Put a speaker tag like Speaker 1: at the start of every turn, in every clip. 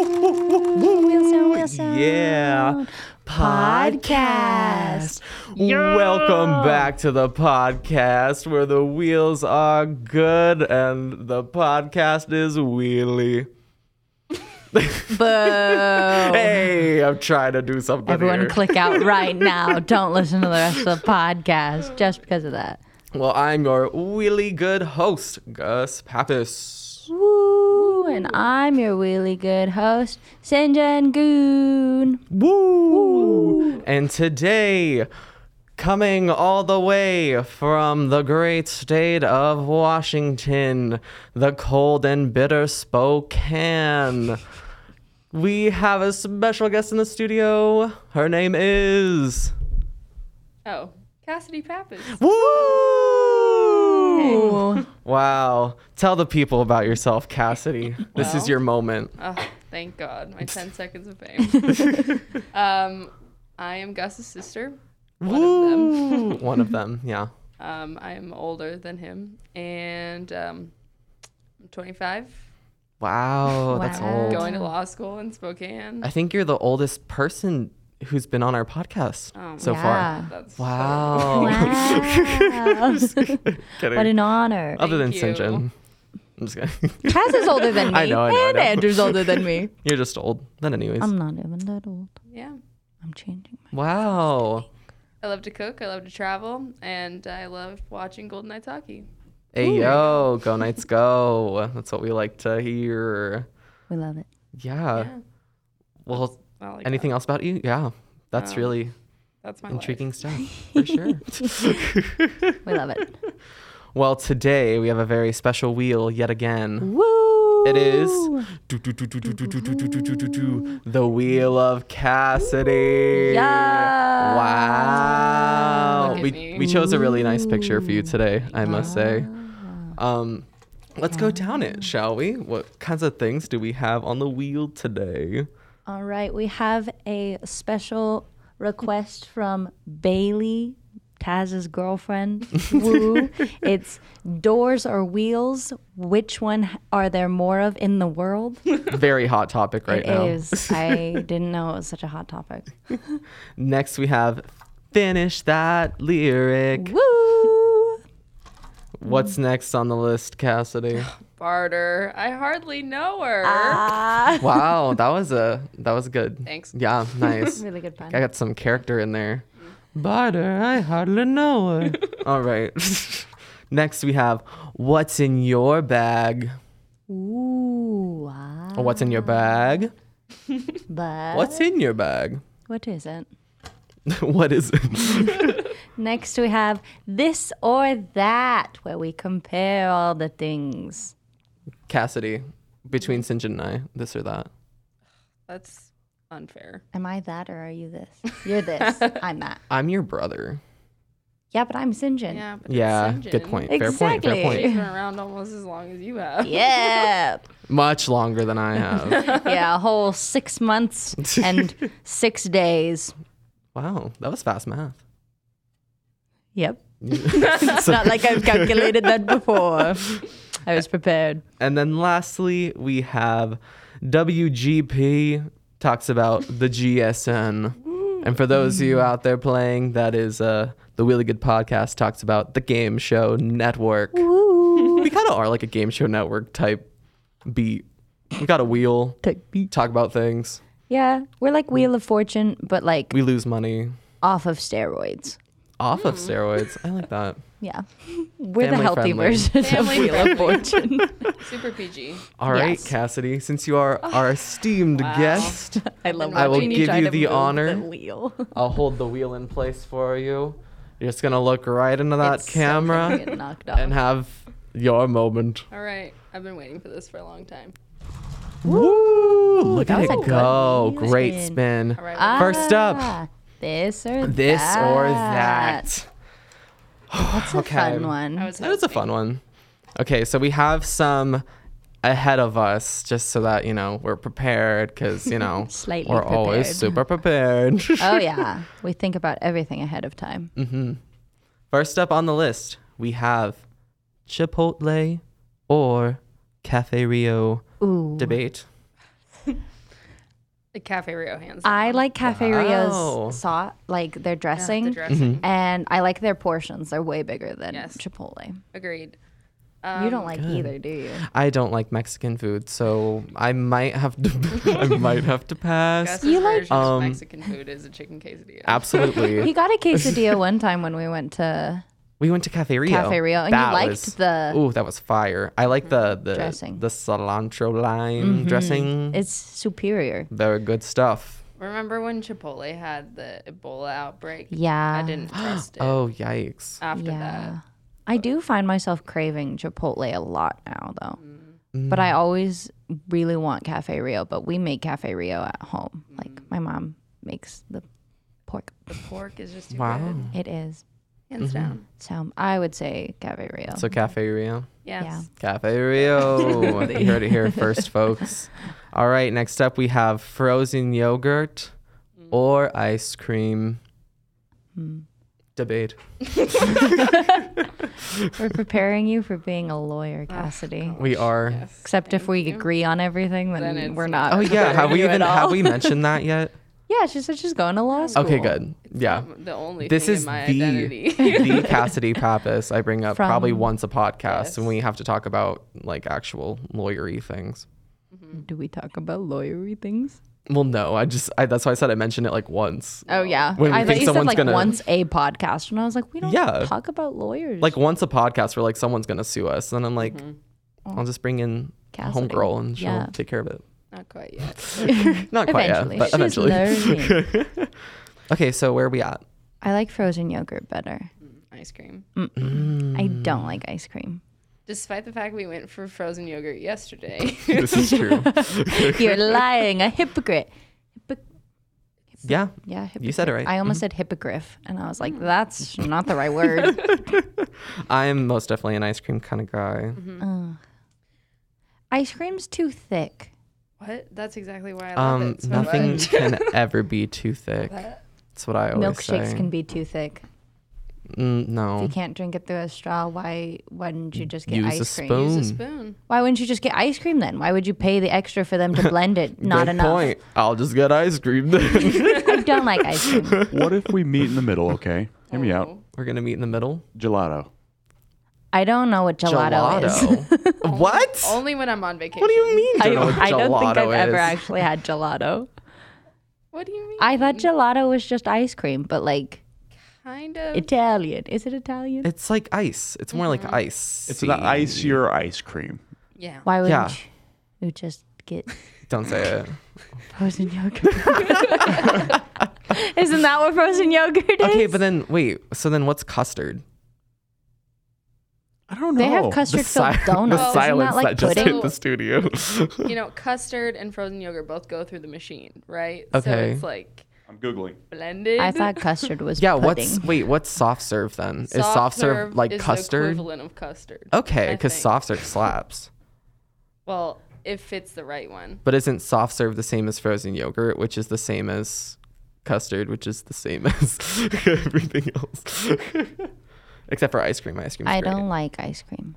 Speaker 1: Wheel sound, wheel sound.
Speaker 2: Yeah. Podcast. Welcome back to the podcast where the wheels are good and the podcast is wheelie.
Speaker 1: Boo.
Speaker 2: Hey, I'm trying to do something.
Speaker 1: Everyone
Speaker 2: here.
Speaker 1: click out right now. Don't listen to the rest of the podcast just because of that.
Speaker 2: Well, I'm your wheelie good host, Gus Pappas.
Speaker 1: Woo. And I'm your really good host, Sinjin Goon.
Speaker 2: Woo! And today, coming all the way from the great state of Washington, the cold and bitter Spokane, we have a special guest in the studio. Her name is.
Speaker 3: Oh, Cassidy Pappas.
Speaker 2: Woo!
Speaker 1: Ooh.
Speaker 2: Wow. Tell the people about yourself, Cassidy. This is
Speaker 3: Well.
Speaker 2: your moment.
Speaker 3: Oh, thank God, my 10 seconds of fame. um, I am Gus's sister. One of them.
Speaker 2: Woo! One of them, yeah.
Speaker 3: Um, I am older than him, and um, I'm 25,
Speaker 2: Wow, that's
Speaker 1: Wow.
Speaker 2: old.
Speaker 3: going to law school in Spokane.
Speaker 2: I think you're the oldest person who's been on our podcast
Speaker 3: Oh,
Speaker 2: so
Speaker 1: yeah.
Speaker 3: That's
Speaker 2: far. Uh, Wow.
Speaker 1: Wow.
Speaker 2: Kidding.
Speaker 1: what an honor.
Speaker 2: Other than
Speaker 3: Thank you.
Speaker 2: St. John. I'm just kidding.
Speaker 1: Cass is older than me.
Speaker 2: I know, I know, I
Speaker 1: and
Speaker 2: know.
Speaker 1: Andrew's older than me.
Speaker 2: you're just old. Then anyways.
Speaker 3: Um,
Speaker 1: I'm not even that old.
Speaker 3: Yeah.
Speaker 1: I'm changing my
Speaker 2: wow.
Speaker 3: I love to cook. I love to travel, and I love watching Golden Knights hockey.
Speaker 2: Hey yo, go Knights go. That's what we like to hear.
Speaker 1: We love it.
Speaker 2: Yeah.
Speaker 3: Yeah.
Speaker 2: Well,
Speaker 3: Well, like,
Speaker 2: Uh, anything else about you? Yeah. That's
Speaker 3: Um,
Speaker 2: really
Speaker 3: That's my life.
Speaker 2: intriguing stuff. For sure.
Speaker 1: We love it.
Speaker 2: well, today we have a very special wheel yet again.
Speaker 1: Woo!
Speaker 2: It is do, do, do, do, do, do, do, do, do, do, do, do, do, the Wheel of Cassidy.
Speaker 1: Yeah.
Speaker 2: Wow.
Speaker 3: Look at
Speaker 2: We,
Speaker 3: me.
Speaker 2: we chose a really nice picture for you today, I must say. Um, let's go down it, shall we? What kinds of things do we have on the wheel today?
Speaker 1: All right, we have a special request from Bailey, Taz's girlfriend. Woo. It's doors or wheels. Which one h- are there more of in the world?
Speaker 2: Very hot topic right
Speaker 1: It
Speaker 2: now.
Speaker 1: is. I didn't know it was such a hot topic.
Speaker 2: Next, we have Finish That Lyric.
Speaker 1: Woo!
Speaker 2: What's next on the list, Cassidy?
Speaker 3: Barter. I hardly know her.
Speaker 2: Uh,
Speaker 1: Ah.
Speaker 2: Wow, that was a that was good.
Speaker 3: Thanks.
Speaker 2: Yeah, nice.
Speaker 1: Really good pun.
Speaker 2: I got some character in there. Butter, I hardly know her. All right. Next, we have what's in your bag?
Speaker 1: Ooh. ah.
Speaker 2: Or what's in your bag?
Speaker 1: But
Speaker 2: What's in your bag?
Speaker 1: what is it?
Speaker 2: what is it?
Speaker 1: Next, we have this or that, where we compare all the things.
Speaker 2: Cassidy, between St. John and I, this or that.
Speaker 3: That's unfair.
Speaker 1: Am I that or are you this? You're this. I'm that.
Speaker 2: I'm your brother.
Speaker 1: Yeah, but I'm Sinjin.
Speaker 3: Yeah. But it's
Speaker 2: Yeah,
Speaker 3: St.
Speaker 2: good
Speaker 3: John.
Speaker 2: point. Fair
Speaker 1: Exactly.
Speaker 2: point. Fair point.
Speaker 3: She's been around almost as long as you have.
Speaker 1: Yeah.
Speaker 2: Much longer than I have.
Speaker 1: yeah, a whole six months and six days.
Speaker 2: wow, that was fast math.
Speaker 1: Yep. it's not like I've calculated that before. I was prepared.
Speaker 2: And then lastly, we have WGP talks about the GSN. And for those of you out there playing, that is uh, the Really Good Podcast talks about the Game Show Network. We kind of are like a Game Show Network type beat. We got a wheel, talk about things.
Speaker 1: Yeah, we're like Wheel of Fortune, but like
Speaker 2: We lose money
Speaker 1: off of steroids.
Speaker 2: off of steroids. I like that.
Speaker 1: Yeah. We're the
Speaker 2: Family
Speaker 1: healthy
Speaker 2: friendly.
Speaker 1: version
Speaker 3: Family
Speaker 1: of Wheel
Speaker 3: friendly.
Speaker 1: of Fortune.
Speaker 3: Super PG.
Speaker 2: All right,
Speaker 1: Yes.
Speaker 2: Cassidy, since you are our esteemed guest,
Speaker 1: I love
Speaker 2: I will
Speaker 1: watching
Speaker 2: give
Speaker 1: try
Speaker 2: you
Speaker 1: to
Speaker 2: the
Speaker 1: move
Speaker 2: honor.
Speaker 1: wheel.
Speaker 2: I'll hold the wheel in place for you. You're just gonna look right into that camera
Speaker 1: Get knocked off.
Speaker 2: and have your moment.
Speaker 3: All right. I've been waiting for this for a long time.
Speaker 2: Woo! Look at
Speaker 1: that was a
Speaker 2: it
Speaker 1: good
Speaker 2: go!
Speaker 1: wheel
Speaker 2: Great
Speaker 1: spin.
Speaker 2: spin.
Speaker 3: All right.
Speaker 2: First up,
Speaker 1: Ah, this or
Speaker 2: this
Speaker 1: that.
Speaker 2: or that.
Speaker 1: That's a
Speaker 2: Okay.
Speaker 1: fun
Speaker 3: I
Speaker 1: one.
Speaker 3: was
Speaker 2: That was a fun one. Okay, so we have some ahead of us just so that you know we're prepared because you know
Speaker 1: Slightly
Speaker 2: we're always
Speaker 1: prepared.
Speaker 2: super prepared.
Speaker 1: Oh yeah, we think about everything ahead of time.
Speaker 2: Mm. First up on the list, we have Chipotle or Cafe Rio
Speaker 1: Ooh,
Speaker 2: debate.
Speaker 3: Like Cafe Rio hands.
Speaker 1: I like Cafe
Speaker 2: Wow.
Speaker 1: Rio's sauce, like their
Speaker 3: Yeah,
Speaker 1: dressing,
Speaker 3: The dressing.
Speaker 1: and I like their portions. They're way bigger than
Speaker 3: Yes. Um,
Speaker 1: Chipotle.
Speaker 2: Mm-hmm.
Speaker 3: Agreed.
Speaker 1: you don't like either, do you?
Speaker 2: I don't like Mexican food, so I might have to. I might have to pass.
Speaker 3: Gus's
Speaker 1: You like-
Speaker 3: version of
Speaker 2: Um,
Speaker 3: Mexican food is a chicken quesadilla.
Speaker 1: He
Speaker 2: Absolutely.
Speaker 1: got a quesadilla one time when we went to
Speaker 2: We went to Cafe Rio.
Speaker 1: Cafe Rio, and
Speaker 2: That
Speaker 1: he liked
Speaker 2: was-
Speaker 1: the. Mm-hmm.
Speaker 2: Ooh, that was fire. I like the the
Speaker 1: Dressing. Mm-hmm.
Speaker 2: the cilantro lime dressing.
Speaker 1: It's superior.
Speaker 2: Very good stuff.
Speaker 3: Remember when Chipotle had the Ebola outbreak?
Speaker 1: Yeah.
Speaker 3: I didn't trust it
Speaker 2: Oh yikes!
Speaker 3: after
Speaker 1: yeah.
Speaker 3: that.
Speaker 1: I do find myself craving Chipotle a lot now, though.
Speaker 2: Mm.
Speaker 1: But I always really want Cafe Rio, but we make Cafe Rio at home.
Speaker 3: Mm.
Speaker 1: Like my mom makes the pork.
Speaker 3: The pork is just too
Speaker 2: Wow. Mm-hmm.
Speaker 3: good.
Speaker 1: It is.
Speaker 3: Hands down.
Speaker 1: So I would say Cafe Rio.
Speaker 2: So Cafe Rio.
Speaker 3: Yes.
Speaker 1: Yeah.
Speaker 2: Cafe Rio. you heard it here first, folks. All right, next up we have frozen yogurt
Speaker 1: Mm.
Speaker 2: or ice cream. Debate.
Speaker 1: We're preparing you for being a lawyer, Cassidy.
Speaker 2: We are.
Speaker 3: Yes.
Speaker 1: Except if we agree on everything, then,
Speaker 3: Then it's-
Speaker 1: we're not.
Speaker 2: Oh yeah, have
Speaker 1: preparing
Speaker 2: we
Speaker 1: you
Speaker 2: even
Speaker 1: at all.
Speaker 2: have we mentioned that yet?
Speaker 1: Yeah, she said she's going to law school.
Speaker 2: Okay, good. Yeah.
Speaker 3: Um, The only
Speaker 2: This
Speaker 3: thing
Speaker 2: is
Speaker 3: in my
Speaker 2: the-
Speaker 3: identity.
Speaker 2: the Cassidy Pappas I bring up probably
Speaker 1: From-
Speaker 2: once a podcast and
Speaker 3: Yes.
Speaker 2: we have to talk about like actual lawyery things.
Speaker 3: Mm-hmm.
Speaker 1: Do we talk about lawyery things?
Speaker 2: Well, no, I just I, that's why I said I mentioned it like once.
Speaker 1: Oh yeah,
Speaker 2: When we
Speaker 1: I
Speaker 2: think
Speaker 1: thought you said
Speaker 2: someone's
Speaker 1: like
Speaker 2: gonna-
Speaker 1: once a podcast, and I was like, we don't
Speaker 2: Yeah.
Speaker 1: talk about lawyers.
Speaker 2: Like once a podcast where like someone's gonna sue us, and I'm like, I'll just bring in
Speaker 1: Mm-hmm. Cassidy.
Speaker 2: homegirl and she'll
Speaker 1: Yeah.
Speaker 2: take care of it.
Speaker 3: Not quite yet.
Speaker 2: Not quite
Speaker 1: eventually,
Speaker 2: yet, but
Speaker 1: she's
Speaker 2: eventually.
Speaker 1: learning.
Speaker 2: Okay, so where are we at?
Speaker 1: I like frozen yogurt better.
Speaker 3: Ice cream.
Speaker 1: I don't like ice cream.
Speaker 3: Despite the fact we went for frozen yogurt yesterday.
Speaker 2: This is true.
Speaker 1: You're lying, a hypocrite. Hippo-
Speaker 2: yeah,
Speaker 1: yeah, hypocrite.
Speaker 2: you said it right. Mm-hmm.
Speaker 1: I almost said hippogriff, and I was like, that's not the right word.
Speaker 2: I'm most definitely an ice cream kind of guy.
Speaker 1: Ugh. Ice cream's too thick.
Speaker 3: what? That's exactly why I love
Speaker 2: Um,
Speaker 3: it so
Speaker 2: nothing
Speaker 3: much.
Speaker 2: can ever be too thick. That's what I always
Speaker 1: Milkshakes
Speaker 2: say.
Speaker 1: can be too thick.
Speaker 2: Mm,
Speaker 1: If
Speaker 2: no.
Speaker 1: you can't drink it through a straw, why wouldn't you just get
Speaker 2: Use
Speaker 1: ice
Speaker 2: a
Speaker 1: cream?
Speaker 2: spoon.
Speaker 3: Use a spoon.
Speaker 1: Why wouldn't you just get ice cream then? Why would you pay the extra for them to blend it? Not
Speaker 2: Good
Speaker 1: enough.
Speaker 2: point. I'll just get ice cream. then.
Speaker 1: I don't like ice cream.
Speaker 4: What if we meet in the middle, okay? Hear me out.
Speaker 3: Oh,
Speaker 2: We're gonna meet in the middle.
Speaker 4: Gelato.
Speaker 1: I don't know what gelato, is.
Speaker 2: Gelato. what?
Speaker 3: Only when I'm on vacation.
Speaker 2: What do you mean?
Speaker 1: I,
Speaker 2: don't know what
Speaker 1: I don't think
Speaker 2: gelato
Speaker 1: I've ever
Speaker 2: is?
Speaker 1: actually had gelato.
Speaker 3: What do you mean?
Speaker 1: I thought gelato was just ice cream, but like
Speaker 3: kind of.
Speaker 1: Italian. Is it Italian?
Speaker 2: It's like ice. It's more
Speaker 3: Mm-hmm.
Speaker 2: like ice.
Speaker 4: It's the icier ice cream.
Speaker 3: yeah.
Speaker 1: Why wouldn't
Speaker 2: yeah.
Speaker 1: you you just get
Speaker 2: Don't say it.
Speaker 1: frozen yogurt? Isn't that what frozen yogurt is?
Speaker 2: Okay, but then wait. So then what's custard?
Speaker 4: I don't know.
Speaker 1: they have custard filled
Speaker 2: si-
Speaker 1: donuts.
Speaker 2: Oh, the
Speaker 1: Isn't
Speaker 2: silence
Speaker 1: that like
Speaker 2: just
Speaker 1: pudding?
Speaker 2: hit the studio.
Speaker 3: You know, custard and frozen yogurt both go through the machine, right? So
Speaker 2: Okay.
Speaker 3: it's like
Speaker 4: I'm Googling.
Speaker 3: blended.
Speaker 1: I thought custard was
Speaker 2: yeah.
Speaker 1: pudding.
Speaker 2: What's wait? What's soft serve then? is soft serve, like
Speaker 3: is the
Speaker 2: custard? Oh.
Speaker 3: equivalent of custard.
Speaker 2: Okay,
Speaker 3: I
Speaker 2: because
Speaker 3: think.
Speaker 2: soft serve slaps.
Speaker 3: Well, if it's the right one.
Speaker 2: But isn't soft serve the same as frozen yogurt, which is the same as custard, which is the same as everything else? Except for ice cream. Ice cream.
Speaker 1: I don't like ice cream.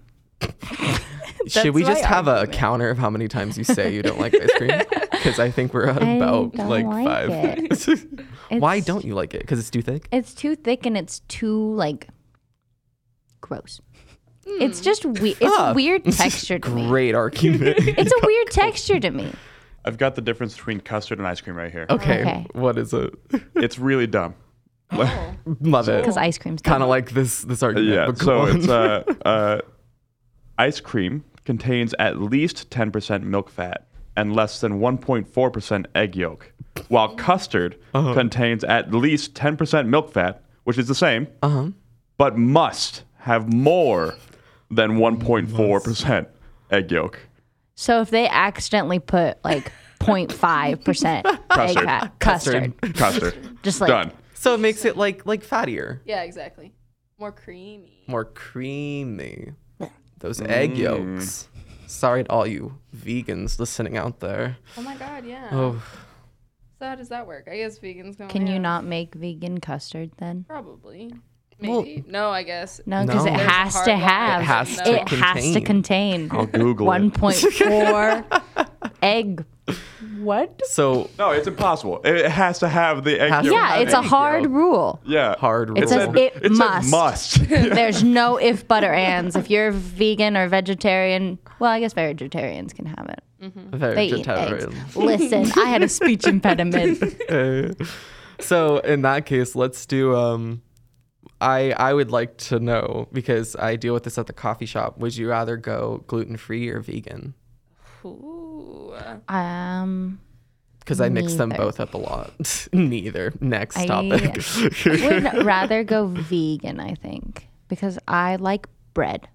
Speaker 2: Should we
Speaker 1: That's my
Speaker 2: just have a counter of how many times you say you don't like ice cream? Because I think we're at
Speaker 1: I
Speaker 2: about
Speaker 1: don't
Speaker 2: like,
Speaker 1: like
Speaker 2: five. Why
Speaker 1: It's-
Speaker 2: don't you like it? Because it's too thick.
Speaker 1: It's too thick and it's too like gross. It's just we- it's
Speaker 2: Ah,
Speaker 1: a weird
Speaker 2: this is
Speaker 1: texture to me.
Speaker 2: Great argument.
Speaker 1: It's a weird texture to me.
Speaker 4: I've got the difference between custard and ice cream right here.
Speaker 2: okay,
Speaker 1: Okay.
Speaker 2: what is it?
Speaker 4: It's really dumb.
Speaker 3: Oh,
Speaker 2: Love it.
Speaker 1: Because ice cream's
Speaker 2: Kind of like this this argument.
Speaker 4: yeah.
Speaker 2: but go
Speaker 4: So
Speaker 2: on.
Speaker 4: it's uh, uh, ice cream contains at least 10% milk fat and less than 1.4% egg yolk, while custard
Speaker 2: Uh-huh.
Speaker 4: contains at least 10% milk fat, which is the same,
Speaker 2: uh-huh.
Speaker 4: but must have more than 1.4% egg yolk.
Speaker 1: So if they accidentally put like 0.5 percent egg
Speaker 4: Custard.
Speaker 1: fat custard,
Speaker 4: Custard.
Speaker 1: just like
Speaker 4: Done.
Speaker 2: So it makes it like like fattier,
Speaker 3: yeah, exactly. More creamy.
Speaker 2: more creamy. Those
Speaker 3: Mm.
Speaker 2: egg yolks. Sorry to all you vegans listening out there.
Speaker 3: Oh my god, yeah.
Speaker 2: Oh.
Speaker 3: So how does that work? I guess vegans can.
Speaker 1: can
Speaker 3: only
Speaker 1: you
Speaker 3: have-
Speaker 1: not make vegan custard then?
Speaker 3: Probably.
Speaker 2: Well-
Speaker 3: Maybe. no, I guess.
Speaker 1: No, because
Speaker 2: No.
Speaker 1: it
Speaker 2: There's
Speaker 3: a
Speaker 1: has
Speaker 3: hard
Speaker 1: to
Speaker 3: line.
Speaker 1: have
Speaker 2: It has to
Speaker 1: it has to contain
Speaker 4: I'll Google it.
Speaker 1: 1.4 egg What?
Speaker 2: So
Speaker 4: No, it's impossible. It it has to have the egg
Speaker 2: Has-
Speaker 4: yolk.
Speaker 2: Don't
Speaker 1: Yeah,
Speaker 2: have
Speaker 1: it's a
Speaker 2: egg
Speaker 1: hard
Speaker 2: yolk.
Speaker 1: rule.
Speaker 4: Yeah.
Speaker 2: Hard
Speaker 4: It
Speaker 2: rule.
Speaker 1: says
Speaker 4: said-
Speaker 1: it
Speaker 4: said
Speaker 1: must.
Speaker 4: must.
Speaker 1: There's no if, but, or ands. If you're vegan or vegetarian, well, I guess vegetarians can have it.
Speaker 2: very
Speaker 1: They eat eggs. Listen, I had a speech impediment.
Speaker 2: Eh. so in that case, let's do. Um, I I would like to know because I deal with this at the coffee shop. Would you rather go gluten free or vegan?
Speaker 3: Ooh.
Speaker 1: Um,
Speaker 2: Because I mix them
Speaker 1: Neither.
Speaker 2: both up a lot. Neither. Next
Speaker 1: I-
Speaker 2: topic.
Speaker 1: would rather go vegan, I think, because I like bread.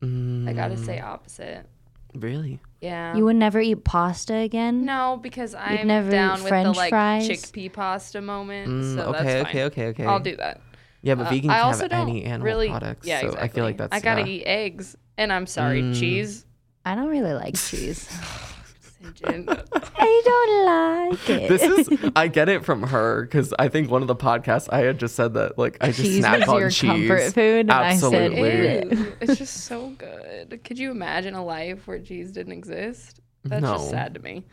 Speaker 3: I gotta
Speaker 2: Mm.
Speaker 3: say opposite.
Speaker 2: really?
Speaker 3: Yeah.
Speaker 1: You would never eat pasta again.
Speaker 3: no, because I'm
Speaker 1: never eat
Speaker 3: down with the
Speaker 1: french
Speaker 3: like
Speaker 1: fries?
Speaker 3: chickpea pasta moment.
Speaker 2: Mm,
Speaker 3: so
Speaker 2: okay,
Speaker 3: that's fine.
Speaker 2: okay, okay, okay.
Speaker 3: I'll do that.
Speaker 2: Yeah, but
Speaker 3: Uh,
Speaker 2: vegan
Speaker 3: I
Speaker 2: can
Speaker 3: also
Speaker 2: have
Speaker 3: don't
Speaker 2: any animal
Speaker 3: really,
Speaker 2: products.
Speaker 3: Yeah,
Speaker 2: so
Speaker 3: exactly.
Speaker 2: I feel like that's Mm.
Speaker 3: I gotta
Speaker 2: yeah.
Speaker 3: eat eggs, and I'm sorry, cheese.
Speaker 1: I don't really like cheese.
Speaker 3: Pigeon.
Speaker 1: I don't like it.
Speaker 2: This is I get it from her because I think one of the podcasts I had just said that like I just
Speaker 1: Cheese
Speaker 2: snack
Speaker 1: was
Speaker 2: on
Speaker 1: your
Speaker 2: cheese.
Speaker 1: comfort food, and I said,
Speaker 2: Absolutely.
Speaker 1: "Ew."
Speaker 3: Ew, it's just so good. Could you imagine a life where cheese didn't exist? That's just
Speaker 2: No.
Speaker 3: sad to me.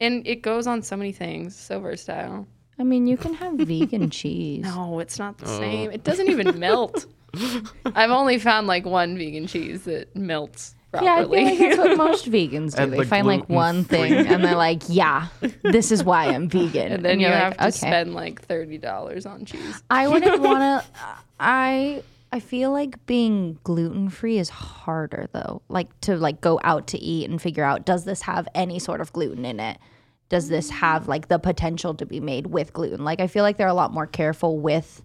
Speaker 3: And it goes on so many things. So versatile.
Speaker 1: I mean, you can have vegan cheese.
Speaker 3: No, it's not
Speaker 2: Oh.
Speaker 3: the same. It doesn't even melt. I've only found like one vegan cheese that melts
Speaker 1: Yeah, I
Speaker 3: properly.
Speaker 1: feel like that's what most vegans do.
Speaker 2: And
Speaker 1: they
Speaker 2: the
Speaker 1: find like one thing and they're like, "Yeah, this is why I'm vegan."
Speaker 3: and then you
Speaker 1: you're
Speaker 3: have
Speaker 1: like,
Speaker 3: to spend like thirty dollars on cheese.
Speaker 1: I wouldn't want to. I I feel like being gluten free is harder though. Like to like go out to eat and figure out does this have any sort of gluten in it? Does this have like the potential to be made with gluten? Like I feel like they're a lot more careful with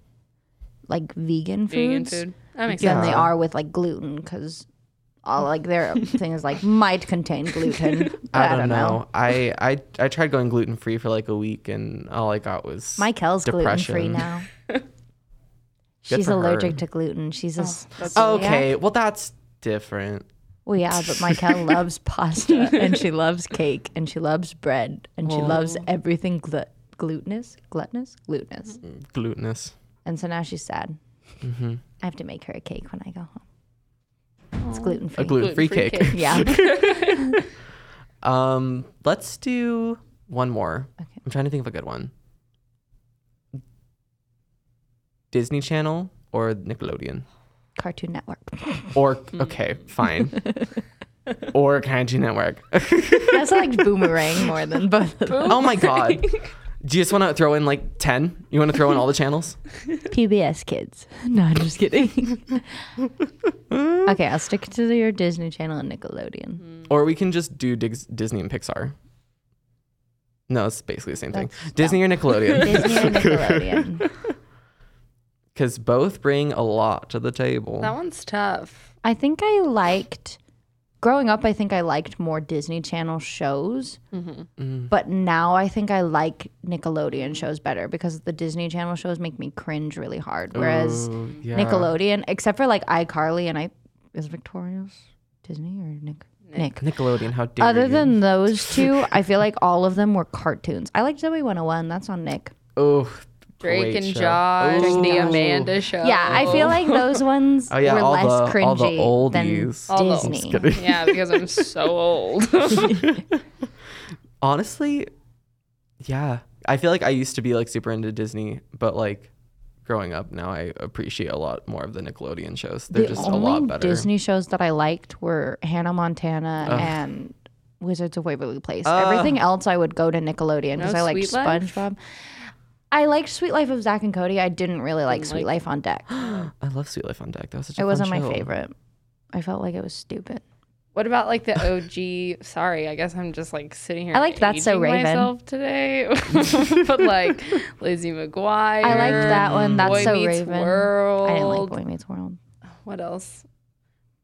Speaker 1: like vegan foods
Speaker 3: Vegan food. That makes
Speaker 1: than
Speaker 3: sense.
Speaker 1: they are with like gluten because. All, like their thing is like might contain gluten. but
Speaker 2: I don't know. I, I I tried going gluten free for like a week and all I got was
Speaker 1: Michael's gluten free
Speaker 2: depression.
Speaker 1: now. She's
Speaker 2: for her. Oh,
Speaker 1: allergic to gluten. She's a s-
Speaker 2: Okay, well that's different.
Speaker 1: Well, yeah, but Michael loves pasta and she loves cake and she loves bread and she
Speaker 2: Oh.
Speaker 1: loves everything glu- glutinous, glutinous,
Speaker 2: Mm-hmm.
Speaker 1: glutinous.
Speaker 2: Glutinous. Mm-hmm.
Speaker 1: And so now she's sad. I have to make her a cake when I go home. It's gluten free.
Speaker 2: A gluten free
Speaker 3: Gluten-free
Speaker 2: cake.
Speaker 3: cake.
Speaker 1: yeah.
Speaker 2: Um, let's do one more.
Speaker 1: Okay.
Speaker 2: I'm trying to think of a good one. Disney Channel or Nickelodeon
Speaker 1: Cartoon Network.
Speaker 2: or
Speaker 1: Hmm.
Speaker 2: okay, fine. or Kanji Network.
Speaker 1: That's like boomerang more than both of them.
Speaker 2: Oh my god. Do you just want to throw in like 10? You want to throw in all the channels?
Speaker 1: PBS Kids. No, I'm just kidding. okay, I'll stick to your Disney Channel and Nickelodeon.
Speaker 2: Or we can just do Dig- Disney and Pixar. No, it's basically the same thing.
Speaker 1: That's-
Speaker 2: Disney or Nickelodeon.
Speaker 1: Disney or Nickelodeon.
Speaker 2: Because both bring a lot to the table.
Speaker 3: That one's tough.
Speaker 1: I think I liked growing up. I think I liked more Disney Channel shows,
Speaker 2: Mm.
Speaker 1: but now I think I like Nickelodeon shows better because the Disney Channel shows make me cringe really hard. Whereas
Speaker 2: Ooh, Oh, yeah.
Speaker 1: Nickelodeon, except for like iCarly and I, is Victoria's Disney or Nick? Nick.
Speaker 2: Nickelodeon, how dare
Speaker 1: Other
Speaker 2: you.
Speaker 1: than those two, I feel like all of them were cartoons. I like Zoe 101. That's on Nick.
Speaker 2: Oh,
Speaker 3: Drake
Speaker 2: great
Speaker 3: and
Speaker 2: show. Oh.
Speaker 3: Josh,
Speaker 2: Ooh.
Speaker 3: the Amanda show.
Speaker 1: Yeah, I feel like those ones
Speaker 2: Oh, yeah,
Speaker 1: were
Speaker 2: all
Speaker 1: less
Speaker 2: the- all the
Speaker 1: cringy
Speaker 2: oldies.
Speaker 1: than
Speaker 3: All the- I'm
Speaker 1: Disney.
Speaker 3: yeah, because I'm so old.
Speaker 2: Honestly, yeah. I feel like I used to be like super into Disney, but like growing up now, I appreciate a lot more of the Nickelodeon shows. They're
Speaker 1: the
Speaker 2: just a
Speaker 1: only
Speaker 2: lot better.
Speaker 1: Disney shows that I liked were Hannah Montana and Wizards of Waverly Place. Everything else I would go to Nickelodeon because
Speaker 3: No
Speaker 1: I liked
Speaker 3: Sweet Life?
Speaker 1: SpongeBob. I liked Sweet Life of Zach and Cody. I didn't really like Sweet Life on Deck.
Speaker 2: I love Sweet Life on Deck. That was such
Speaker 1: it
Speaker 2: a fun
Speaker 1: wasn't my
Speaker 2: show.
Speaker 1: favorite. I felt like it was stupid.
Speaker 3: What about like the OG? Sorry, I guess I'm just like sitting here.
Speaker 1: I liked That's So
Speaker 3: aging
Speaker 1: Raven.
Speaker 3: myself today, but like Lizzie McGuire.
Speaker 1: I liked that one. That's
Speaker 3: Boy
Speaker 1: so
Speaker 3: Meets
Speaker 1: Raven.
Speaker 3: World.
Speaker 1: I didn't like Boy Meets World.
Speaker 3: What else?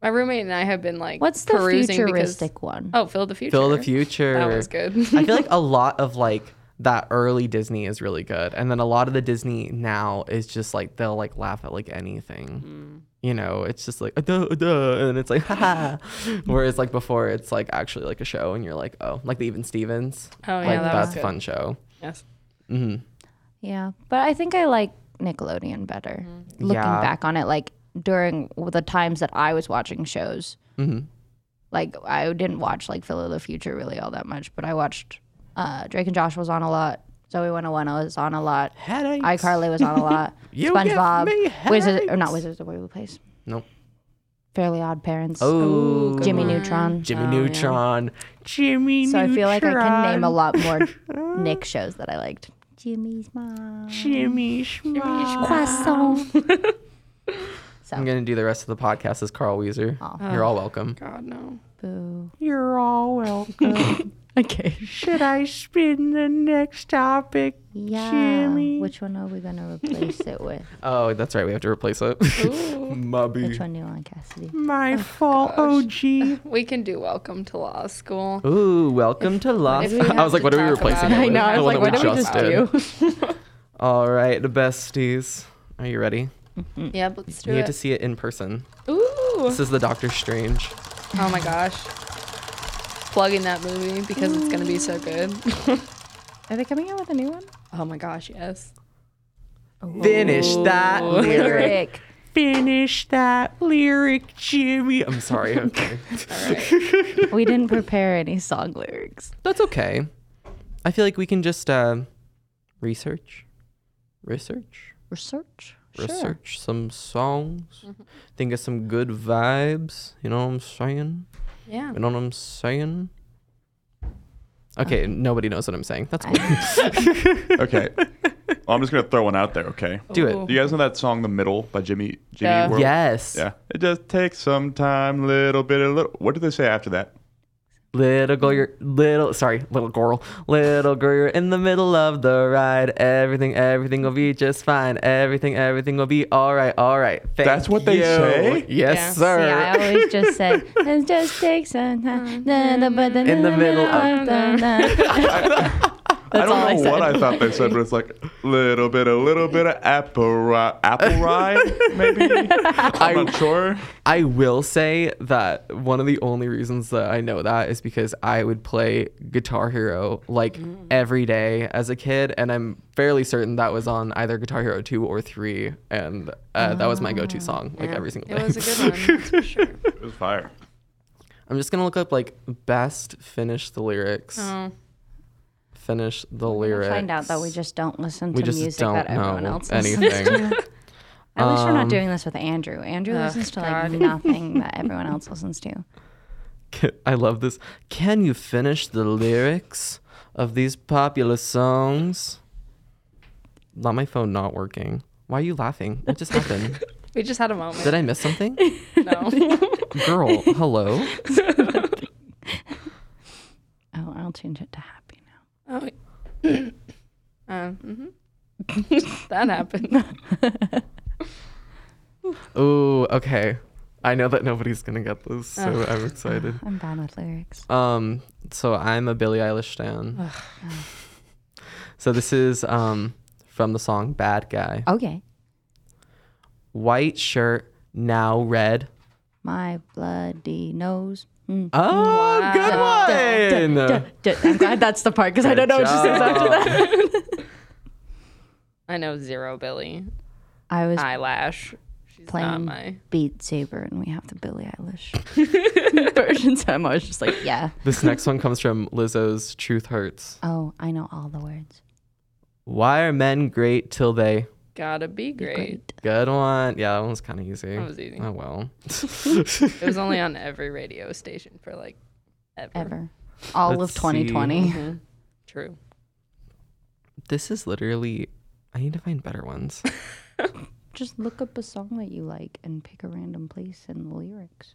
Speaker 3: My roommate and I have been like
Speaker 1: What's the
Speaker 3: perusing
Speaker 1: futuristic one?
Speaker 3: Because, oh, Phil the Future.
Speaker 2: Fill the Future.
Speaker 3: That was good.
Speaker 2: I feel like a lot of like that early Disney is really good, and then a lot of the Disney now is just like they'll like laugh at like
Speaker 1: Mm.
Speaker 2: anything. You know, it's just like uh, duh, uh, duh, and it's like haha. Whereas like before, it's like actually like a show, and you're like oh, like the Even Stevens.
Speaker 3: Oh, yeah,
Speaker 2: like,
Speaker 3: that was
Speaker 2: that's a
Speaker 3: good.
Speaker 2: fun show.
Speaker 3: yes.
Speaker 1: Yeah, but I think I like Nickelodeon better.
Speaker 3: Mm-hmm.
Speaker 1: Looking
Speaker 2: Yeah.
Speaker 1: back on it, like during the times that I was watching
Speaker 2: Mm-hmm.
Speaker 1: shows, like I didn't watch like Phil of the Future really all that much, but I watched Uh, Drake and Josh was on a lot. Zoe 101 was on a lot.
Speaker 2: Headaches.
Speaker 1: iCarly was on a lot.
Speaker 2: You give
Speaker 1: SpongeBob.
Speaker 2: me
Speaker 1: Wizards, or
Speaker 2: headaches.
Speaker 1: not Wizards of Waverly Place.
Speaker 2: Nope.
Speaker 1: Fairly Odd Parents.
Speaker 2: Oh,
Speaker 3: good
Speaker 1: Jimmy
Speaker 3: one.
Speaker 1: Neutron. Oh,
Speaker 2: Jimmy Neutron. Jimmy
Speaker 1: So I
Speaker 2: Neutron.
Speaker 1: feel like I can name a lot more Nick shows that I liked. Jimmy's mom. Ah.
Speaker 2: Jimmy Schmott.
Speaker 1: Croissant.
Speaker 2: I'm going to do the rest of the podcast as Carl Weezer. You're all welcome.
Speaker 3: God no.
Speaker 1: Boo.
Speaker 2: You're all welcome.
Speaker 1: Okay.
Speaker 2: Should I spin the next topic?
Speaker 1: Yeah. Which one are we gonna replace it with?
Speaker 2: Oh, that's right. We have to replace it.
Speaker 1: Which
Speaker 2: Mubby.
Speaker 1: one do you want, Cassidy?
Speaker 3: Oh,
Speaker 2: My fault, Oh, OG.
Speaker 3: We can do welcome to law school.
Speaker 2: Ooh, welcome to Lost.
Speaker 3: we
Speaker 2: I
Speaker 3: have
Speaker 2: was like,
Speaker 3: to
Speaker 2: what are we
Speaker 3: talk
Speaker 2: replacing it
Speaker 3: about it. I
Speaker 2: with?
Speaker 3: know, I
Speaker 2: The
Speaker 3: was
Speaker 2: one that
Speaker 3: like, what did we just
Speaker 2: did.
Speaker 1: do?
Speaker 2: All right, the besties. Are you ready?
Speaker 3: Yeah, let's do
Speaker 2: you
Speaker 3: it.
Speaker 2: get to see it in person.
Speaker 3: Ooh.
Speaker 2: This is the Doctor Strange.
Speaker 3: Oh my gosh. Plugging that movie because it's gonna be so good.
Speaker 1: Are they coming out with a new one?
Speaker 3: oh my gosh, yes.
Speaker 2: Finish that lyric.
Speaker 1: Lyric.
Speaker 2: Finish that lyric, Jimmy. I'm sorry. Okay.
Speaker 1: we didn't prepare any song lyrics.
Speaker 2: That's okay. I feel like we can just uh, research, research,
Speaker 1: Research. Sure.
Speaker 2: research some songs. Think of some good vibes. You know what I'm saying?
Speaker 3: Yeah.
Speaker 2: You know what I'm saying? Okay, nobody knows what I'm saying. That's weird.
Speaker 4: Okay. I'm just gonna throw one out there. Okay.
Speaker 2: Do it.
Speaker 3: Ooh.
Speaker 4: Do you guys know that song "The Middle" by Jimmy Jimmy
Speaker 3: Yeah.
Speaker 4: World?
Speaker 2: Yes.
Speaker 4: Yeah. It just takes some time, little bit, a little. What do they say after that?
Speaker 2: Little girl, you're, little sorry, little girl, little girl, you're in the middle of the ride. Everything, everything will be just fine. Everything, everything will be all right, all right. Thank
Speaker 4: That's what they
Speaker 2: you.
Speaker 4: say?
Speaker 2: Yes,
Speaker 3: Yeah.
Speaker 1: See,
Speaker 2: sir.
Speaker 1: I always just say, it just takes some time. In the
Speaker 2: In the middle of-
Speaker 4: I don't
Speaker 1: all I
Speaker 4: know
Speaker 1: said.
Speaker 4: what I thought they said, but it's like little bit, a little bit of apple rye, apple rye, maybe. I'm not sure.
Speaker 2: I will say that one of the only reasons that I know that is because I would play Guitar Hero like
Speaker 1: Mm.
Speaker 2: every day as a kid, and I'm fairly certain that was on either Guitar Hero 2 or 3, and uh, that was my go
Speaker 1: Ah,
Speaker 2: to song like
Speaker 3: Yeah.
Speaker 2: every single
Speaker 3: It
Speaker 2: day.
Speaker 3: was a good one, that's for sure.
Speaker 4: It was fire.
Speaker 2: I'm just gonna look up like best finish the lyrics.
Speaker 3: Oh.
Speaker 2: Finish the
Speaker 1: We'll
Speaker 2: lyrics.
Speaker 1: find out that we just don't listen
Speaker 2: we
Speaker 1: to
Speaker 2: just
Speaker 1: music
Speaker 2: don't
Speaker 1: that everyone
Speaker 2: know
Speaker 1: else listens
Speaker 2: anything.
Speaker 1: At least we're
Speaker 2: Um,
Speaker 1: not doing this with Andrew. Andrew
Speaker 3: Ugh,
Speaker 1: listens to like
Speaker 3: God.
Speaker 1: nothing that everyone else listens to.
Speaker 2: I love this. Can you finish the lyrics of these popular songs? Not my phone not working. Why are you laughing? What just happened?
Speaker 3: We just had a moment.
Speaker 2: Did I miss something?
Speaker 3: No.
Speaker 2: Girl, hello.
Speaker 1: Oh, I'll change it to happy now.
Speaker 3: oh. Um, mhm. that happened.
Speaker 2: Ooh, okay. I know that nobody's gonna get this, so I'm excited.
Speaker 1: I'm bad with lyrics.
Speaker 2: Um, so I'm a Billie Eilish stan. so this is um from the song Bad Guy.
Speaker 1: Okay.
Speaker 2: White shirt, now red.
Speaker 1: My bloody nose. Mm.
Speaker 2: Oh, good one.
Speaker 1: Duh, duh. I'm glad that's the part because I don't know what she says after that.
Speaker 3: I know zero Billy.
Speaker 1: I was
Speaker 3: Eyelash. She's not
Speaker 1: Plain.
Speaker 3: my.
Speaker 1: Beat Saber and we have the Billie Eilish version. So I'm always just like, yeah.
Speaker 2: This next one comes from Lizzo's Truth Hurts.
Speaker 1: Oh, I know all the words.
Speaker 2: Why are men great till they?
Speaker 3: Gotta be great.
Speaker 2: Good one. Yeah, that one's kind of easy.
Speaker 3: That was easy.
Speaker 2: Oh well.
Speaker 3: It was only on every radio station for like ever.
Speaker 1: Ever. All
Speaker 2: Let's
Speaker 1: of 2020.
Speaker 3: Mhm. True.
Speaker 2: this is literally. I need to find better ones.
Speaker 1: Just look up a song that you like and pick a random place and the lyrics.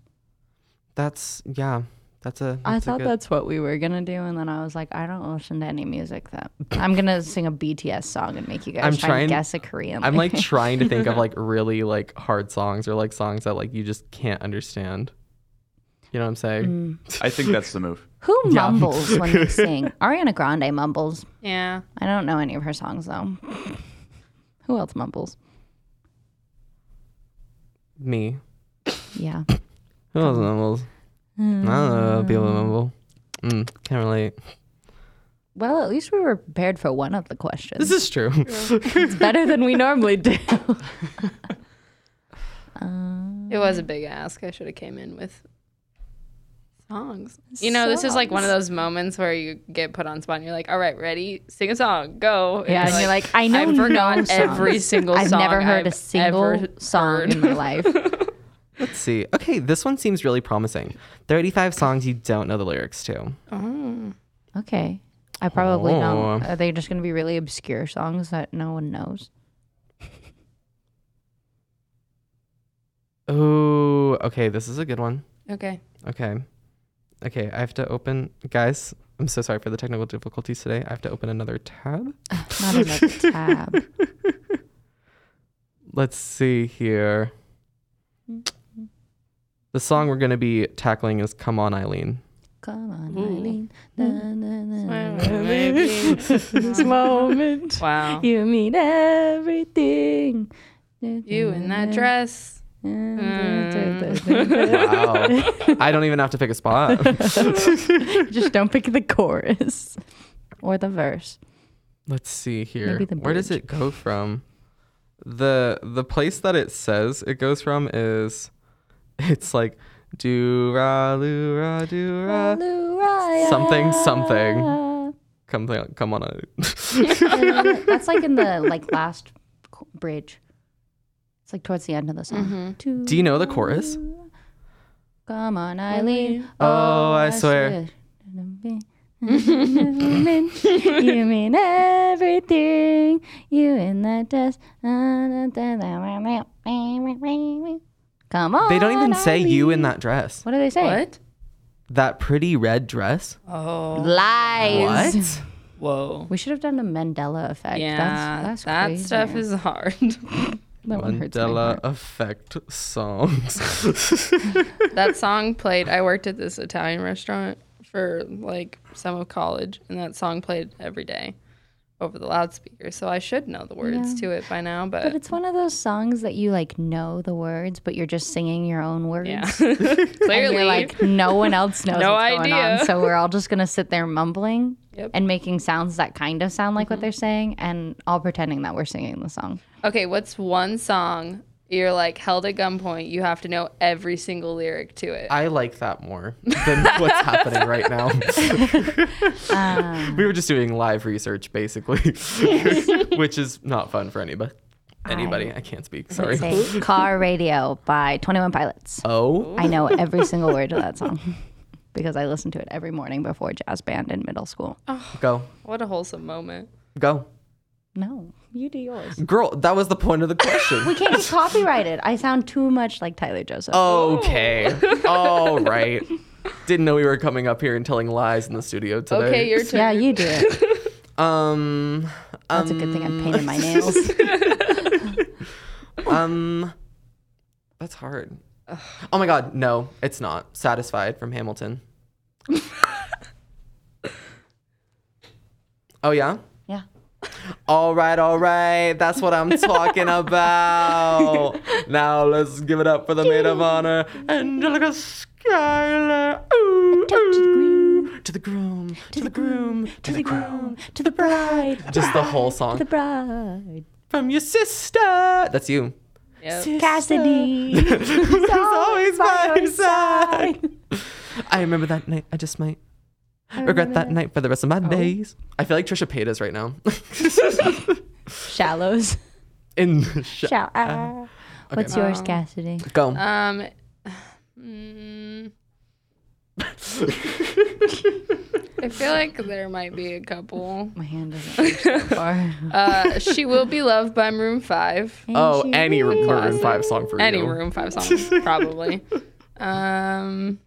Speaker 2: That's yeah. That's a.
Speaker 1: I
Speaker 2: that's a
Speaker 1: thought
Speaker 2: good-
Speaker 1: that's what we were gonna do, and then I was like, I don't listen to any music that I'm gonna sing a BTS song and make you guys
Speaker 2: I'm
Speaker 1: try
Speaker 2: trying-
Speaker 1: and guess a Korean.
Speaker 2: I'm like
Speaker 1: lyric.
Speaker 2: trying to think of like really like hard songs or like songs that like you just can't understand. You know what I'm saying?
Speaker 1: Mm.
Speaker 4: I think that's the move.
Speaker 1: who mumbles when they sing? Ariana Grande mumbles.
Speaker 3: Yeah.
Speaker 1: I don't know any of her songs though. who else mumbles?
Speaker 2: Me.
Speaker 1: Yeah,
Speaker 2: Who else mumbles?
Speaker 1: Mm.
Speaker 2: I don't know people that mumble. Mm, can't relate.
Speaker 1: Well, at least we were prepared for one of the questions.
Speaker 2: This is true.
Speaker 1: it's better than we normally do.
Speaker 3: It was a big ask. I should have came in with songs. You know, this is like one of those moments where you get put on spot and you're like, all right, ready, sing a song, go.
Speaker 1: Yeah, and you're like, I know
Speaker 3: I forgot
Speaker 1: no
Speaker 3: every
Speaker 1: songs.
Speaker 3: single
Speaker 1: I've
Speaker 3: song.
Speaker 1: never heard a
Speaker 3: I've
Speaker 1: single
Speaker 3: ever
Speaker 1: song
Speaker 3: heard."
Speaker 1: in my life.
Speaker 2: Let's see. Okay, this one seems really promising. 35 songs you don't know the lyrics to.
Speaker 3: Oh.
Speaker 1: Okay. I probably
Speaker 2: Oh.
Speaker 1: don't. Are they just going to be really obscure songs that no one knows?
Speaker 2: Oh, okay, this is a good one.
Speaker 3: okay.
Speaker 2: Okay. Okay, I have to open. Guys, I'm so sorry for the technical difficulties today. I have to open another tab.
Speaker 1: Not in the tab.
Speaker 2: Let's see here. The song we're going to be tackling is Come On Eileen.
Speaker 1: Come on,
Speaker 3: Ooh.
Speaker 1: Eileen. Na, na, na, na.
Speaker 3: Maybe.
Speaker 1: This moment.
Speaker 3: Wow.
Speaker 1: You mean everything.
Speaker 3: You in that dress.
Speaker 2: Wow. I don't even have to pick a spot.
Speaker 1: Just don't pick the chorus or the verse.
Speaker 2: Let's see here.
Speaker 1: Maybe the
Speaker 2: Where does
Speaker 1: bridge.
Speaker 2: it go from? The the place that it says it goes from is it's like do ra lu ra do ra something, something. come th- come on uh, out.
Speaker 1: That's like in the like last co- bridge. It's like towards the end of the song.
Speaker 3: Mm-hmm.
Speaker 1: To-
Speaker 2: Do you know the chorus?
Speaker 1: Come on, Eileen.
Speaker 2: Oh, I swear.
Speaker 1: you mean everything. You in that dress. Come on.
Speaker 2: They don't even say you in
Speaker 1: Eileen.
Speaker 2: that dress.
Speaker 1: What do they say?
Speaker 3: What?
Speaker 2: That pretty red dress.
Speaker 3: Oh.
Speaker 1: Lies.
Speaker 2: What?
Speaker 3: Whoa.
Speaker 1: We should have done a Mandela effect.
Speaker 3: Yeah.
Speaker 1: that's, that's
Speaker 3: that
Speaker 1: crazy.
Speaker 3: stuff is hard.
Speaker 1: that one hurts my
Speaker 2: Mandela
Speaker 1: heart.
Speaker 2: effect songs.
Speaker 3: that song played. I worked at this Italian restaurant for like some of college, and that song played every day over the loudspeaker. So I should know the words to it by now, but,
Speaker 1: But it's one of those songs that you like know the words, but you're just singing your own words.
Speaker 3: yeah,
Speaker 1: And
Speaker 3: clearly,
Speaker 1: you're like, no one else knows
Speaker 3: No
Speaker 1: what's going on.
Speaker 3: idea.
Speaker 1: So we're all just going to sit there mumbling
Speaker 3: Yep. Mm-hmm.
Speaker 1: and making sounds that kind of sound like what they're saying and all pretending that we're singing the song.
Speaker 3: okay, what's one song you're like held at gunpoint? You have to know every single lyric to it.
Speaker 2: I like that more than what's happening right now. we were just doing live research, basically, which is not fun for anybody. Anybody, I, can't speak. Sorry.
Speaker 1: Say Car Radio by 21 Pilots.
Speaker 2: Oh,
Speaker 1: I know every single word to that song because I listened to it every morning before jazz band in middle school.
Speaker 3: Oh.
Speaker 2: go,
Speaker 3: what a wholesome moment.
Speaker 2: go,
Speaker 1: No, you do yours.
Speaker 2: girl. That was the point of the
Speaker 1: We
Speaker 2: question.
Speaker 1: can't get copyrighted. I sound too much like Tyler Joseph.
Speaker 2: Oh. okay. All right. Didn't know we were coming up here and telling lies in the studio today.
Speaker 3: Okay, your turn.
Speaker 1: yeah, you do it.
Speaker 2: um,
Speaker 1: That's a good thing I'm painting my nails.
Speaker 2: um, that's hard. Oh my God, no, it's not. Satisfied from Hamilton. oh yeah.
Speaker 1: Yeah.
Speaker 2: All right, all right. That's what I'm talking about. now let's give it up for the maid of honor, Angelica Schuyler. Ooh, ooh. To the groom, to the groom, to the groom.
Speaker 1: to the bride,
Speaker 2: Just the whole song.
Speaker 1: the bride.
Speaker 2: From your sister. That's you.
Speaker 3: Yep.
Speaker 1: Cassidy.
Speaker 2: Who's always by
Speaker 1: your
Speaker 2: your side. I remember that night. I just might regret that night for the rest of my days. I feel like Trisha Paytas right now.
Speaker 1: Shallows.
Speaker 2: In the shot.
Speaker 1: Shall- ah. What's yours, Cassidy?
Speaker 2: Go.
Speaker 3: Um, mm, I feel like there might be a couple.
Speaker 1: My hand doesn't reach so far.
Speaker 3: Uh, she will be loved by Maroon Five.
Speaker 2: Oh,
Speaker 1: she
Speaker 2: any Maroon Maroon Five song for
Speaker 3: Any
Speaker 2: you.
Speaker 3: Maroon Five song, probably. Um,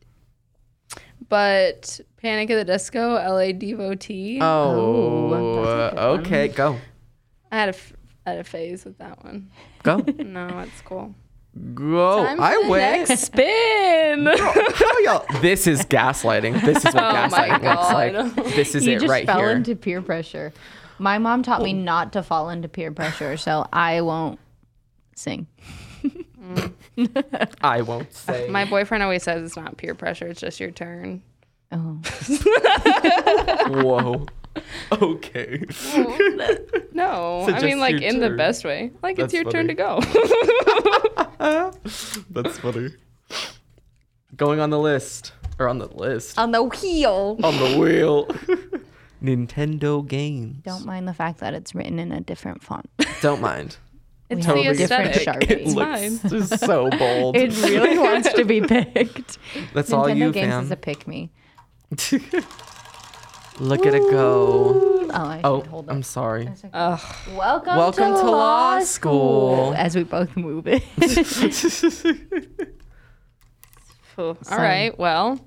Speaker 3: but Panic at the Disco, L.A. Devotee.
Speaker 2: Oh,
Speaker 1: Oh, that's a good
Speaker 2: okay, go,
Speaker 3: I had a f- I had a phase with that one.
Speaker 2: go,
Speaker 3: No, it's cool.
Speaker 2: go.
Speaker 3: Time for
Speaker 2: I
Speaker 3: the
Speaker 2: win.
Speaker 3: next spin.
Speaker 2: How y'all? This is gaslighting. This is what
Speaker 3: Oh my
Speaker 2: gaslighting looks
Speaker 3: God.
Speaker 2: like. This is
Speaker 1: you
Speaker 2: it
Speaker 1: just
Speaker 2: right
Speaker 1: fell
Speaker 2: here.
Speaker 1: into peer pressure. My mom taught me not to fall into peer pressure, so I won't sing.
Speaker 2: I won't say.
Speaker 3: My boyfriend always says it's not peer pressure; it's just your turn.
Speaker 1: Oh,
Speaker 2: Whoa. Okay.
Speaker 3: No,
Speaker 2: So
Speaker 3: I mean
Speaker 2: just
Speaker 3: like
Speaker 2: your
Speaker 3: in
Speaker 2: turn.
Speaker 3: the best way. Like
Speaker 2: That's
Speaker 3: it's your turn to go.
Speaker 2: That's funny. Going on the list. or on the list.
Speaker 1: on the wheel.
Speaker 2: on the wheel. Nintendo games.
Speaker 1: Don't mind the fact that it's written in a different font.
Speaker 2: Don't mind.
Speaker 3: It's
Speaker 1: have
Speaker 3: the
Speaker 1: a different
Speaker 3: aesthetic.
Speaker 1: Sharpie.
Speaker 3: It's
Speaker 1: It
Speaker 3: fine.
Speaker 2: Looks just so bold.
Speaker 1: It really wants to be picked.
Speaker 2: That's
Speaker 1: Nintendo
Speaker 2: all you,
Speaker 1: games
Speaker 2: fam.
Speaker 1: is a pick me.
Speaker 2: Look at it go.
Speaker 1: Oh, I should
Speaker 2: Oh,
Speaker 1: hold up.
Speaker 2: I'm sorry.
Speaker 3: Ugh.
Speaker 1: Welcome,
Speaker 2: Welcome
Speaker 1: to,
Speaker 2: to
Speaker 1: law
Speaker 2: law
Speaker 1: school.
Speaker 2: school.
Speaker 1: As we both move it.
Speaker 3: All right. Well,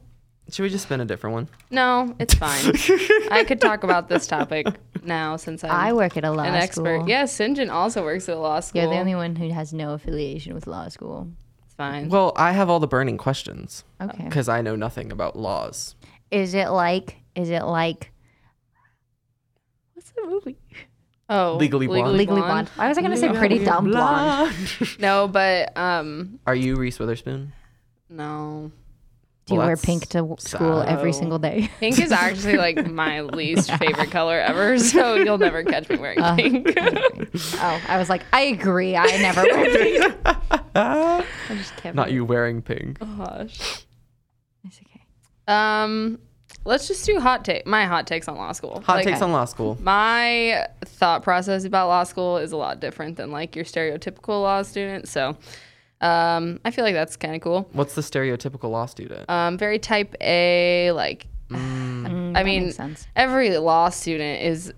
Speaker 2: Should we just spin a different one?
Speaker 3: no, it's fine. I could talk about this topic now since I'm
Speaker 1: I work at a law
Speaker 3: an expert.
Speaker 1: school.
Speaker 3: Yeah, Sinjin also works at a law school.
Speaker 1: You're the only one who has no affiliation with law school.
Speaker 3: It's fine.
Speaker 2: Well, I have all the burning questions
Speaker 1: Okay.
Speaker 2: because I know nothing about laws.
Speaker 1: Is it like? Is it like? What's the movie?
Speaker 3: oh,
Speaker 2: Legally Blonde.
Speaker 1: Legally Blonde. Why was I gonna say Pretty Dumb Blonde?
Speaker 3: No, but um,
Speaker 2: Are you Reese Witherspoon?
Speaker 3: no.
Speaker 1: Do you
Speaker 2: Well,
Speaker 1: wear
Speaker 2: that's
Speaker 1: pink to w- school every
Speaker 3: so-
Speaker 1: single day?
Speaker 3: Pink is actually like my least favorite color ever, so you'll never catch me wearing pink.
Speaker 1: oh, Uh, I was like, I agree. I never wear pink. I'm just kidding.
Speaker 2: Not you wearing pink.
Speaker 3: Oh, Gosh.
Speaker 1: It's okay.
Speaker 3: Um, let's just do hot take. My hot takes on law school.
Speaker 2: Hot
Speaker 3: Like,
Speaker 2: takes on law school.
Speaker 3: My thought process about law school is a lot different than like your stereotypical law student. So, um, I feel like that's kind of cool.
Speaker 2: What's the stereotypical law student?
Speaker 1: Uh,
Speaker 3: Um, very type A, like I
Speaker 1: Mm, that
Speaker 3: mean,
Speaker 1: makes sense.
Speaker 3: every law student is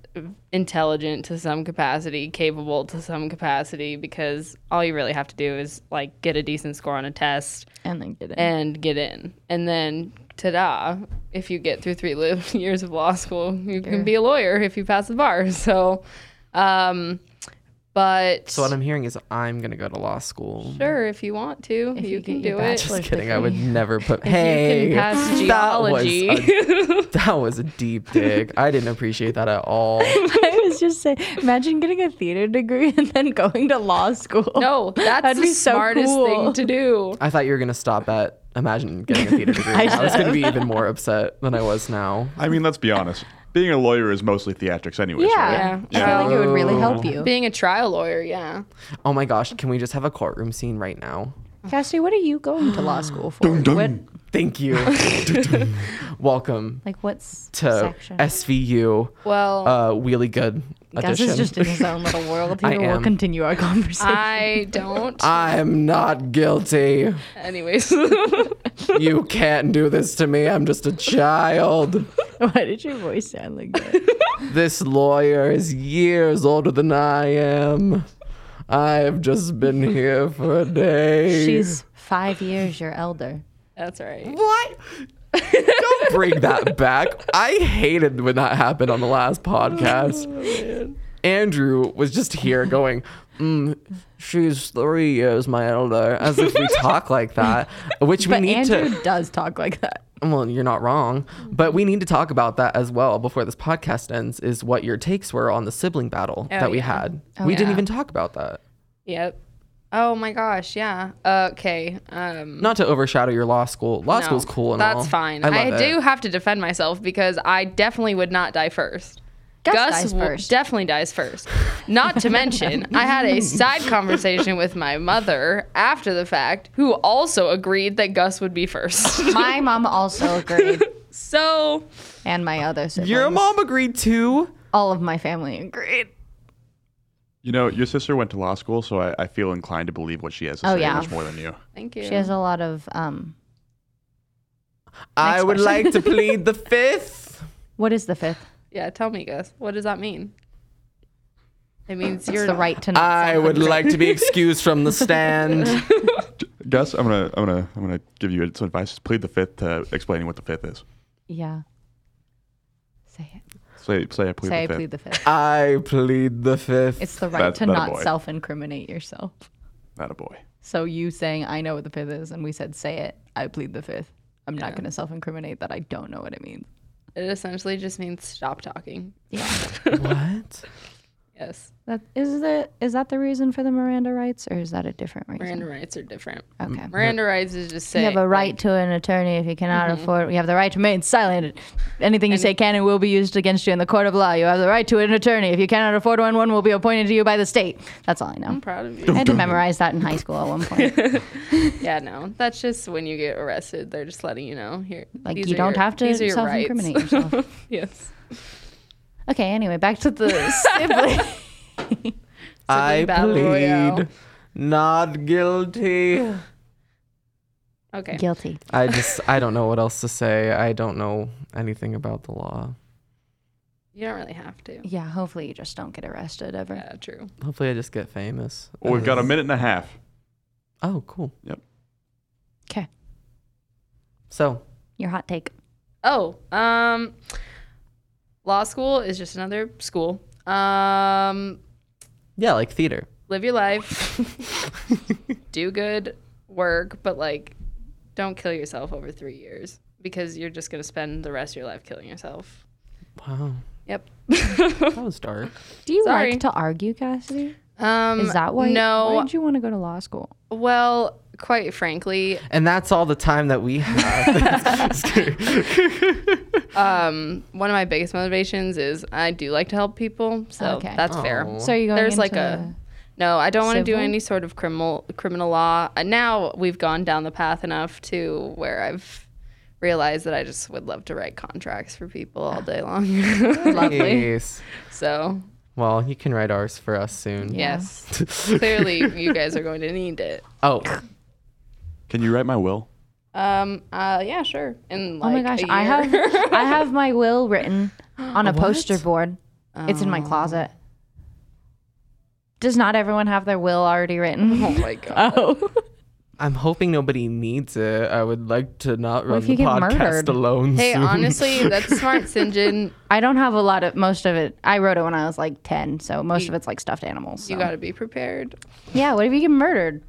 Speaker 3: intelligent to some capacity, capable to some capacity, because all you really have to do is like get a decent score on a test
Speaker 1: And then did it.
Speaker 3: and get in, and then ta-da! If you get through three li- years of law school, you can be a lawyer if you pass the bar. So, um, but
Speaker 2: so what I'm hearing is I'm gonna go to law school.
Speaker 3: sure, if you want to, you,
Speaker 1: you get
Speaker 3: can do
Speaker 1: your
Speaker 3: it.
Speaker 1: bachelor's
Speaker 2: Just kidding. I
Speaker 1: degree.
Speaker 2: would never put. hey,
Speaker 3: you can pass
Speaker 2: that was
Speaker 3: geology.
Speaker 2: a That was a deep dig. I didn't appreciate that at all.
Speaker 1: I was just saying, imagine getting a theater degree and then going to law school.
Speaker 3: no, that's
Speaker 1: That'd
Speaker 3: the
Speaker 1: be so
Speaker 3: smartest
Speaker 1: cool.
Speaker 3: thing to do.
Speaker 2: I thought you were gonna stop at imagine getting a theater degree. I, was gonna be even more upset than I was now.
Speaker 4: I mean, let's be honest. Being a lawyer is mostly theatrics, anyways. right?
Speaker 1: Yeah. I feel like it would really help you.
Speaker 3: Being a trial lawyer, yeah.
Speaker 2: Oh my gosh, can we just have a courtroom scene right now?
Speaker 1: Cassidy, what are you going to law school for? What,
Speaker 2: Thank you. Welcome
Speaker 1: like, what's
Speaker 2: to
Speaker 1: section?
Speaker 2: SVU
Speaker 3: Well,
Speaker 2: uh, Wheelie Good
Speaker 1: Gus
Speaker 2: edition.
Speaker 1: is just in his own little world.
Speaker 2: I
Speaker 1: Here we'll
Speaker 2: am.
Speaker 1: continue our conversation.
Speaker 3: I don't.
Speaker 2: I'm not guilty.
Speaker 3: Anyways,
Speaker 2: You can't do this to me. I'm just a child.
Speaker 1: Why did your voice sound like that?
Speaker 2: This lawyer is years older than I am. I've just been here for a day.
Speaker 1: She's five years your elder.
Speaker 3: that's all right.
Speaker 2: What? Don't bring that back. I hated when that happened on the last podcast.
Speaker 1: Oh,
Speaker 2: Andrew was just here going, mm, she's three years my elder, as if we talk like that, which we
Speaker 1: But
Speaker 2: need
Speaker 1: Andrew
Speaker 2: to.
Speaker 1: does talk like that.
Speaker 2: Well, you're not wrong, but we need to talk about that as well before this podcast ends. Is what your takes were on the sibling battle that we
Speaker 3: Oh, yeah.
Speaker 2: had. we didn't
Speaker 3: yeah.
Speaker 2: even talk about that.
Speaker 3: Yep. Oh my gosh, yeah. Okay. Um,
Speaker 2: Not to overshadow your law school. Law
Speaker 3: no,
Speaker 2: school's cool and
Speaker 3: that's
Speaker 2: all.
Speaker 3: fine.
Speaker 2: I,
Speaker 3: I,
Speaker 2: love it.
Speaker 3: do have to defend myself because I definitely would not die first.
Speaker 1: Gus dies
Speaker 3: w-
Speaker 1: first.
Speaker 3: definitely dies first. Not to mention, I had a side conversation with my mother after the fact, who also agreed that Gus would be first.
Speaker 1: My mom also agreed,
Speaker 3: so
Speaker 1: and my other siblings.
Speaker 2: Your mom agreed too.
Speaker 1: All of my family agreed.
Speaker 4: You know, your sister went to law school, so I, I feel inclined to believe what she has to
Speaker 1: Oh,
Speaker 4: say
Speaker 1: yeah.
Speaker 4: much more than you.
Speaker 3: thank you.
Speaker 1: She has a lot of um.
Speaker 2: I would
Speaker 1: question.
Speaker 2: like to plead the fifth.
Speaker 1: What is the fifth?
Speaker 3: Yeah, tell me, Gus. What does that mean? It means you're
Speaker 1: It's the right to. Not
Speaker 2: I
Speaker 1: suffer.
Speaker 2: would like to be excused from the stand.
Speaker 4: Gus, I'm gonna, I'm gonna, I'm gonna give you some advice. Plead the fifth to explaining what the fifth is.
Speaker 1: Yeah. Say it.
Speaker 4: Say, say I plead
Speaker 1: Say I
Speaker 4: the fifth.
Speaker 1: plead the fifth.
Speaker 2: I plead the fifth.
Speaker 1: It's the right
Speaker 4: That's
Speaker 1: to
Speaker 4: not a
Speaker 1: not
Speaker 4: boy.
Speaker 1: self-incriminate yourself.
Speaker 4: Not a boy.
Speaker 1: So you saying I know what the fifth is, and we said say it. I plead the fifth. I'm not going to self-incriminate that I don't know what it means.
Speaker 3: It essentially just means stop talking.
Speaker 1: Yeah.
Speaker 2: what?
Speaker 3: Yes.
Speaker 1: That is the is that the reason for the Miranda rights, or is that a different reason?
Speaker 3: Miranda rights are different.
Speaker 1: Okay.
Speaker 3: Miranda rights is just
Speaker 1: You
Speaker 3: saying.
Speaker 1: have a right to an attorney if you cannot
Speaker 3: Mm-hmm.
Speaker 1: afford. You have the right to remain silent. Anything you say can and will be used against you in the court of law. You have the right to an attorney if you cannot afford one. One will be appointed to you by the state. That's all I know.
Speaker 3: I'm proud of you.
Speaker 1: I had to memorize that in high school at one point.
Speaker 3: Yeah, no, that's just when you get arrested. They're just letting you know here.
Speaker 1: Like
Speaker 3: these
Speaker 1: you
Speaker 3: are
Speaker 1: don't
Speaker 3: your-
Speaker 1: have to
Speaker 3: these are your
Speaker 1: self-incriminate
Speaker 3: rights.
Speaker 1: yourself.
Speaker 3: yes.
Speaker 1: Okay. Anyway, back to the sibling.
Speaker 2: I
Speaker 3: battle
Speaker 2: plead
Speaker 3: royale.
Speaker 2: not guilty.
Speaker 3: Okay.
Speaker 1: Guilty.
Speaker 2: I just I don't know what else to say. I don't know anything about the law.
Speaker 3: You don't really have to.
Speaker 1: Yeah. Hopefully, you just don't get arrested ever.
Speaker 3: Yeah, true.
Speaker 2: Hopefully, I just get famous.
Speaker 4: Well, Oh, we've got a
Speaker 2: As-
Speaker 4: minute and a half.
Speaker 2: Oh, cool.
Speaker 1: Okay.
Speaker 2: So
Speaker 1: Your hot take.
Speaker 3: Oh, um, law school is just another school. Um,
Speaker 2: yeah, like theater.
Speaker 3: live your life, do good work, but like, don't kill yourself over three years because you're just gonna spend the rest of your life killing yourself.
Speaker 2: Wow,
Speaker 3: Yep.
Speaker 2: that was dark.
Speaker 1: Do you
Speaker 3: Sorry.
Speaker 1: like to argue, Cassidy?
Speaker 3: um,
Speaker 1: Is that why?
Speaker 3: No.
Speaker 1: Why did you want to go to law school?
Speaker 3: Well, quite frankly,
Speaker 2: And that's all the time that we have. Just kidding.
Speaker 3: um, one of my biggest motivations is I do like to help people, so
Speaker 1: Okay.
Speaker 3: that's
Speaker 2: Aw.
Speaker 3: fair.
Speaker 1: So you going
Speaker 3: There's
Speaker 1: into
Speaker 3: like a no. I don't want to do
Speaker 1: civil?
Speaker 3: any sort of criminal criminal law. Uh, Now we've gone down the path enough to where I've realized that I just would love to write contracts for people all day long. Lovely.
Speaker 2: Jeez.
Speaker 3: So
Speaker 2: Well, you can write ours for us soon.
Speaker 3: yes, clearly you guys are going to need it.
Speaker 2: Oh,
Speaker 4: Can you write my will?
Speaker 3: Um. Uh. Yeah. Sure. In
Speaker 1: Oh my
Speaker 3: like
Speaker 1: gosh,
Speaker 3: a
Speaker 1: I
Speaker 3: year.
Speaker 1: have I have my will written on a poster board. It's
Speaker 3: Oh.
Speaker 1: in my closet. Does not everyone have their will already written?
Speaker 3: Oh my god.
Speaker 1: Oh.
Speaker 2: I'm hoping nobody needs it. I would like to not run
Speaker 1: if
Speaker 2: the
Speaker 1: you get
Speaker 2: podcast
Speaker 1: murdered?
Speaker 2: alone.
Speaker 3: Hey,
Speaker 2: soon.
Speaker 3: honestly, that's smart, Sinjin.
Speaker 1: I don't have a lot of most of it. I wrote it when I was like 10, so most of it's like stuffed animals.
Speaker 3: You
Speaker 1: so.
Speaker 3: got to be prepared.
Speaker 1: yeah, what if you get murdered?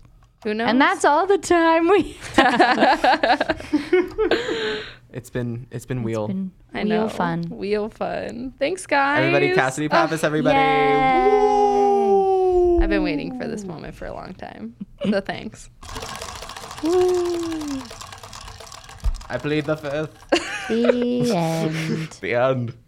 Speaker 3: Who knows?
Speaker 1: And that's all the time we
Speaker 2: it's been it's been wheel.
Speaker 3: I
Speaker 1: Wheel
Speaker 3: know.
Speaker 1: fun.
Speaker 3: Wheel fun. Thanks, guys.
Speaker 2: Everybody, Cassidy Pappas,
Speaker 3: Oh,
Speaker 2: everybody.
Speaker 1: Yay.
Speaker 3: I've been waiting for this moment for a long time. So thanks.
Speaker 2: I plead the fifth.
Speaker 1: The end.
Speaker 2: The end.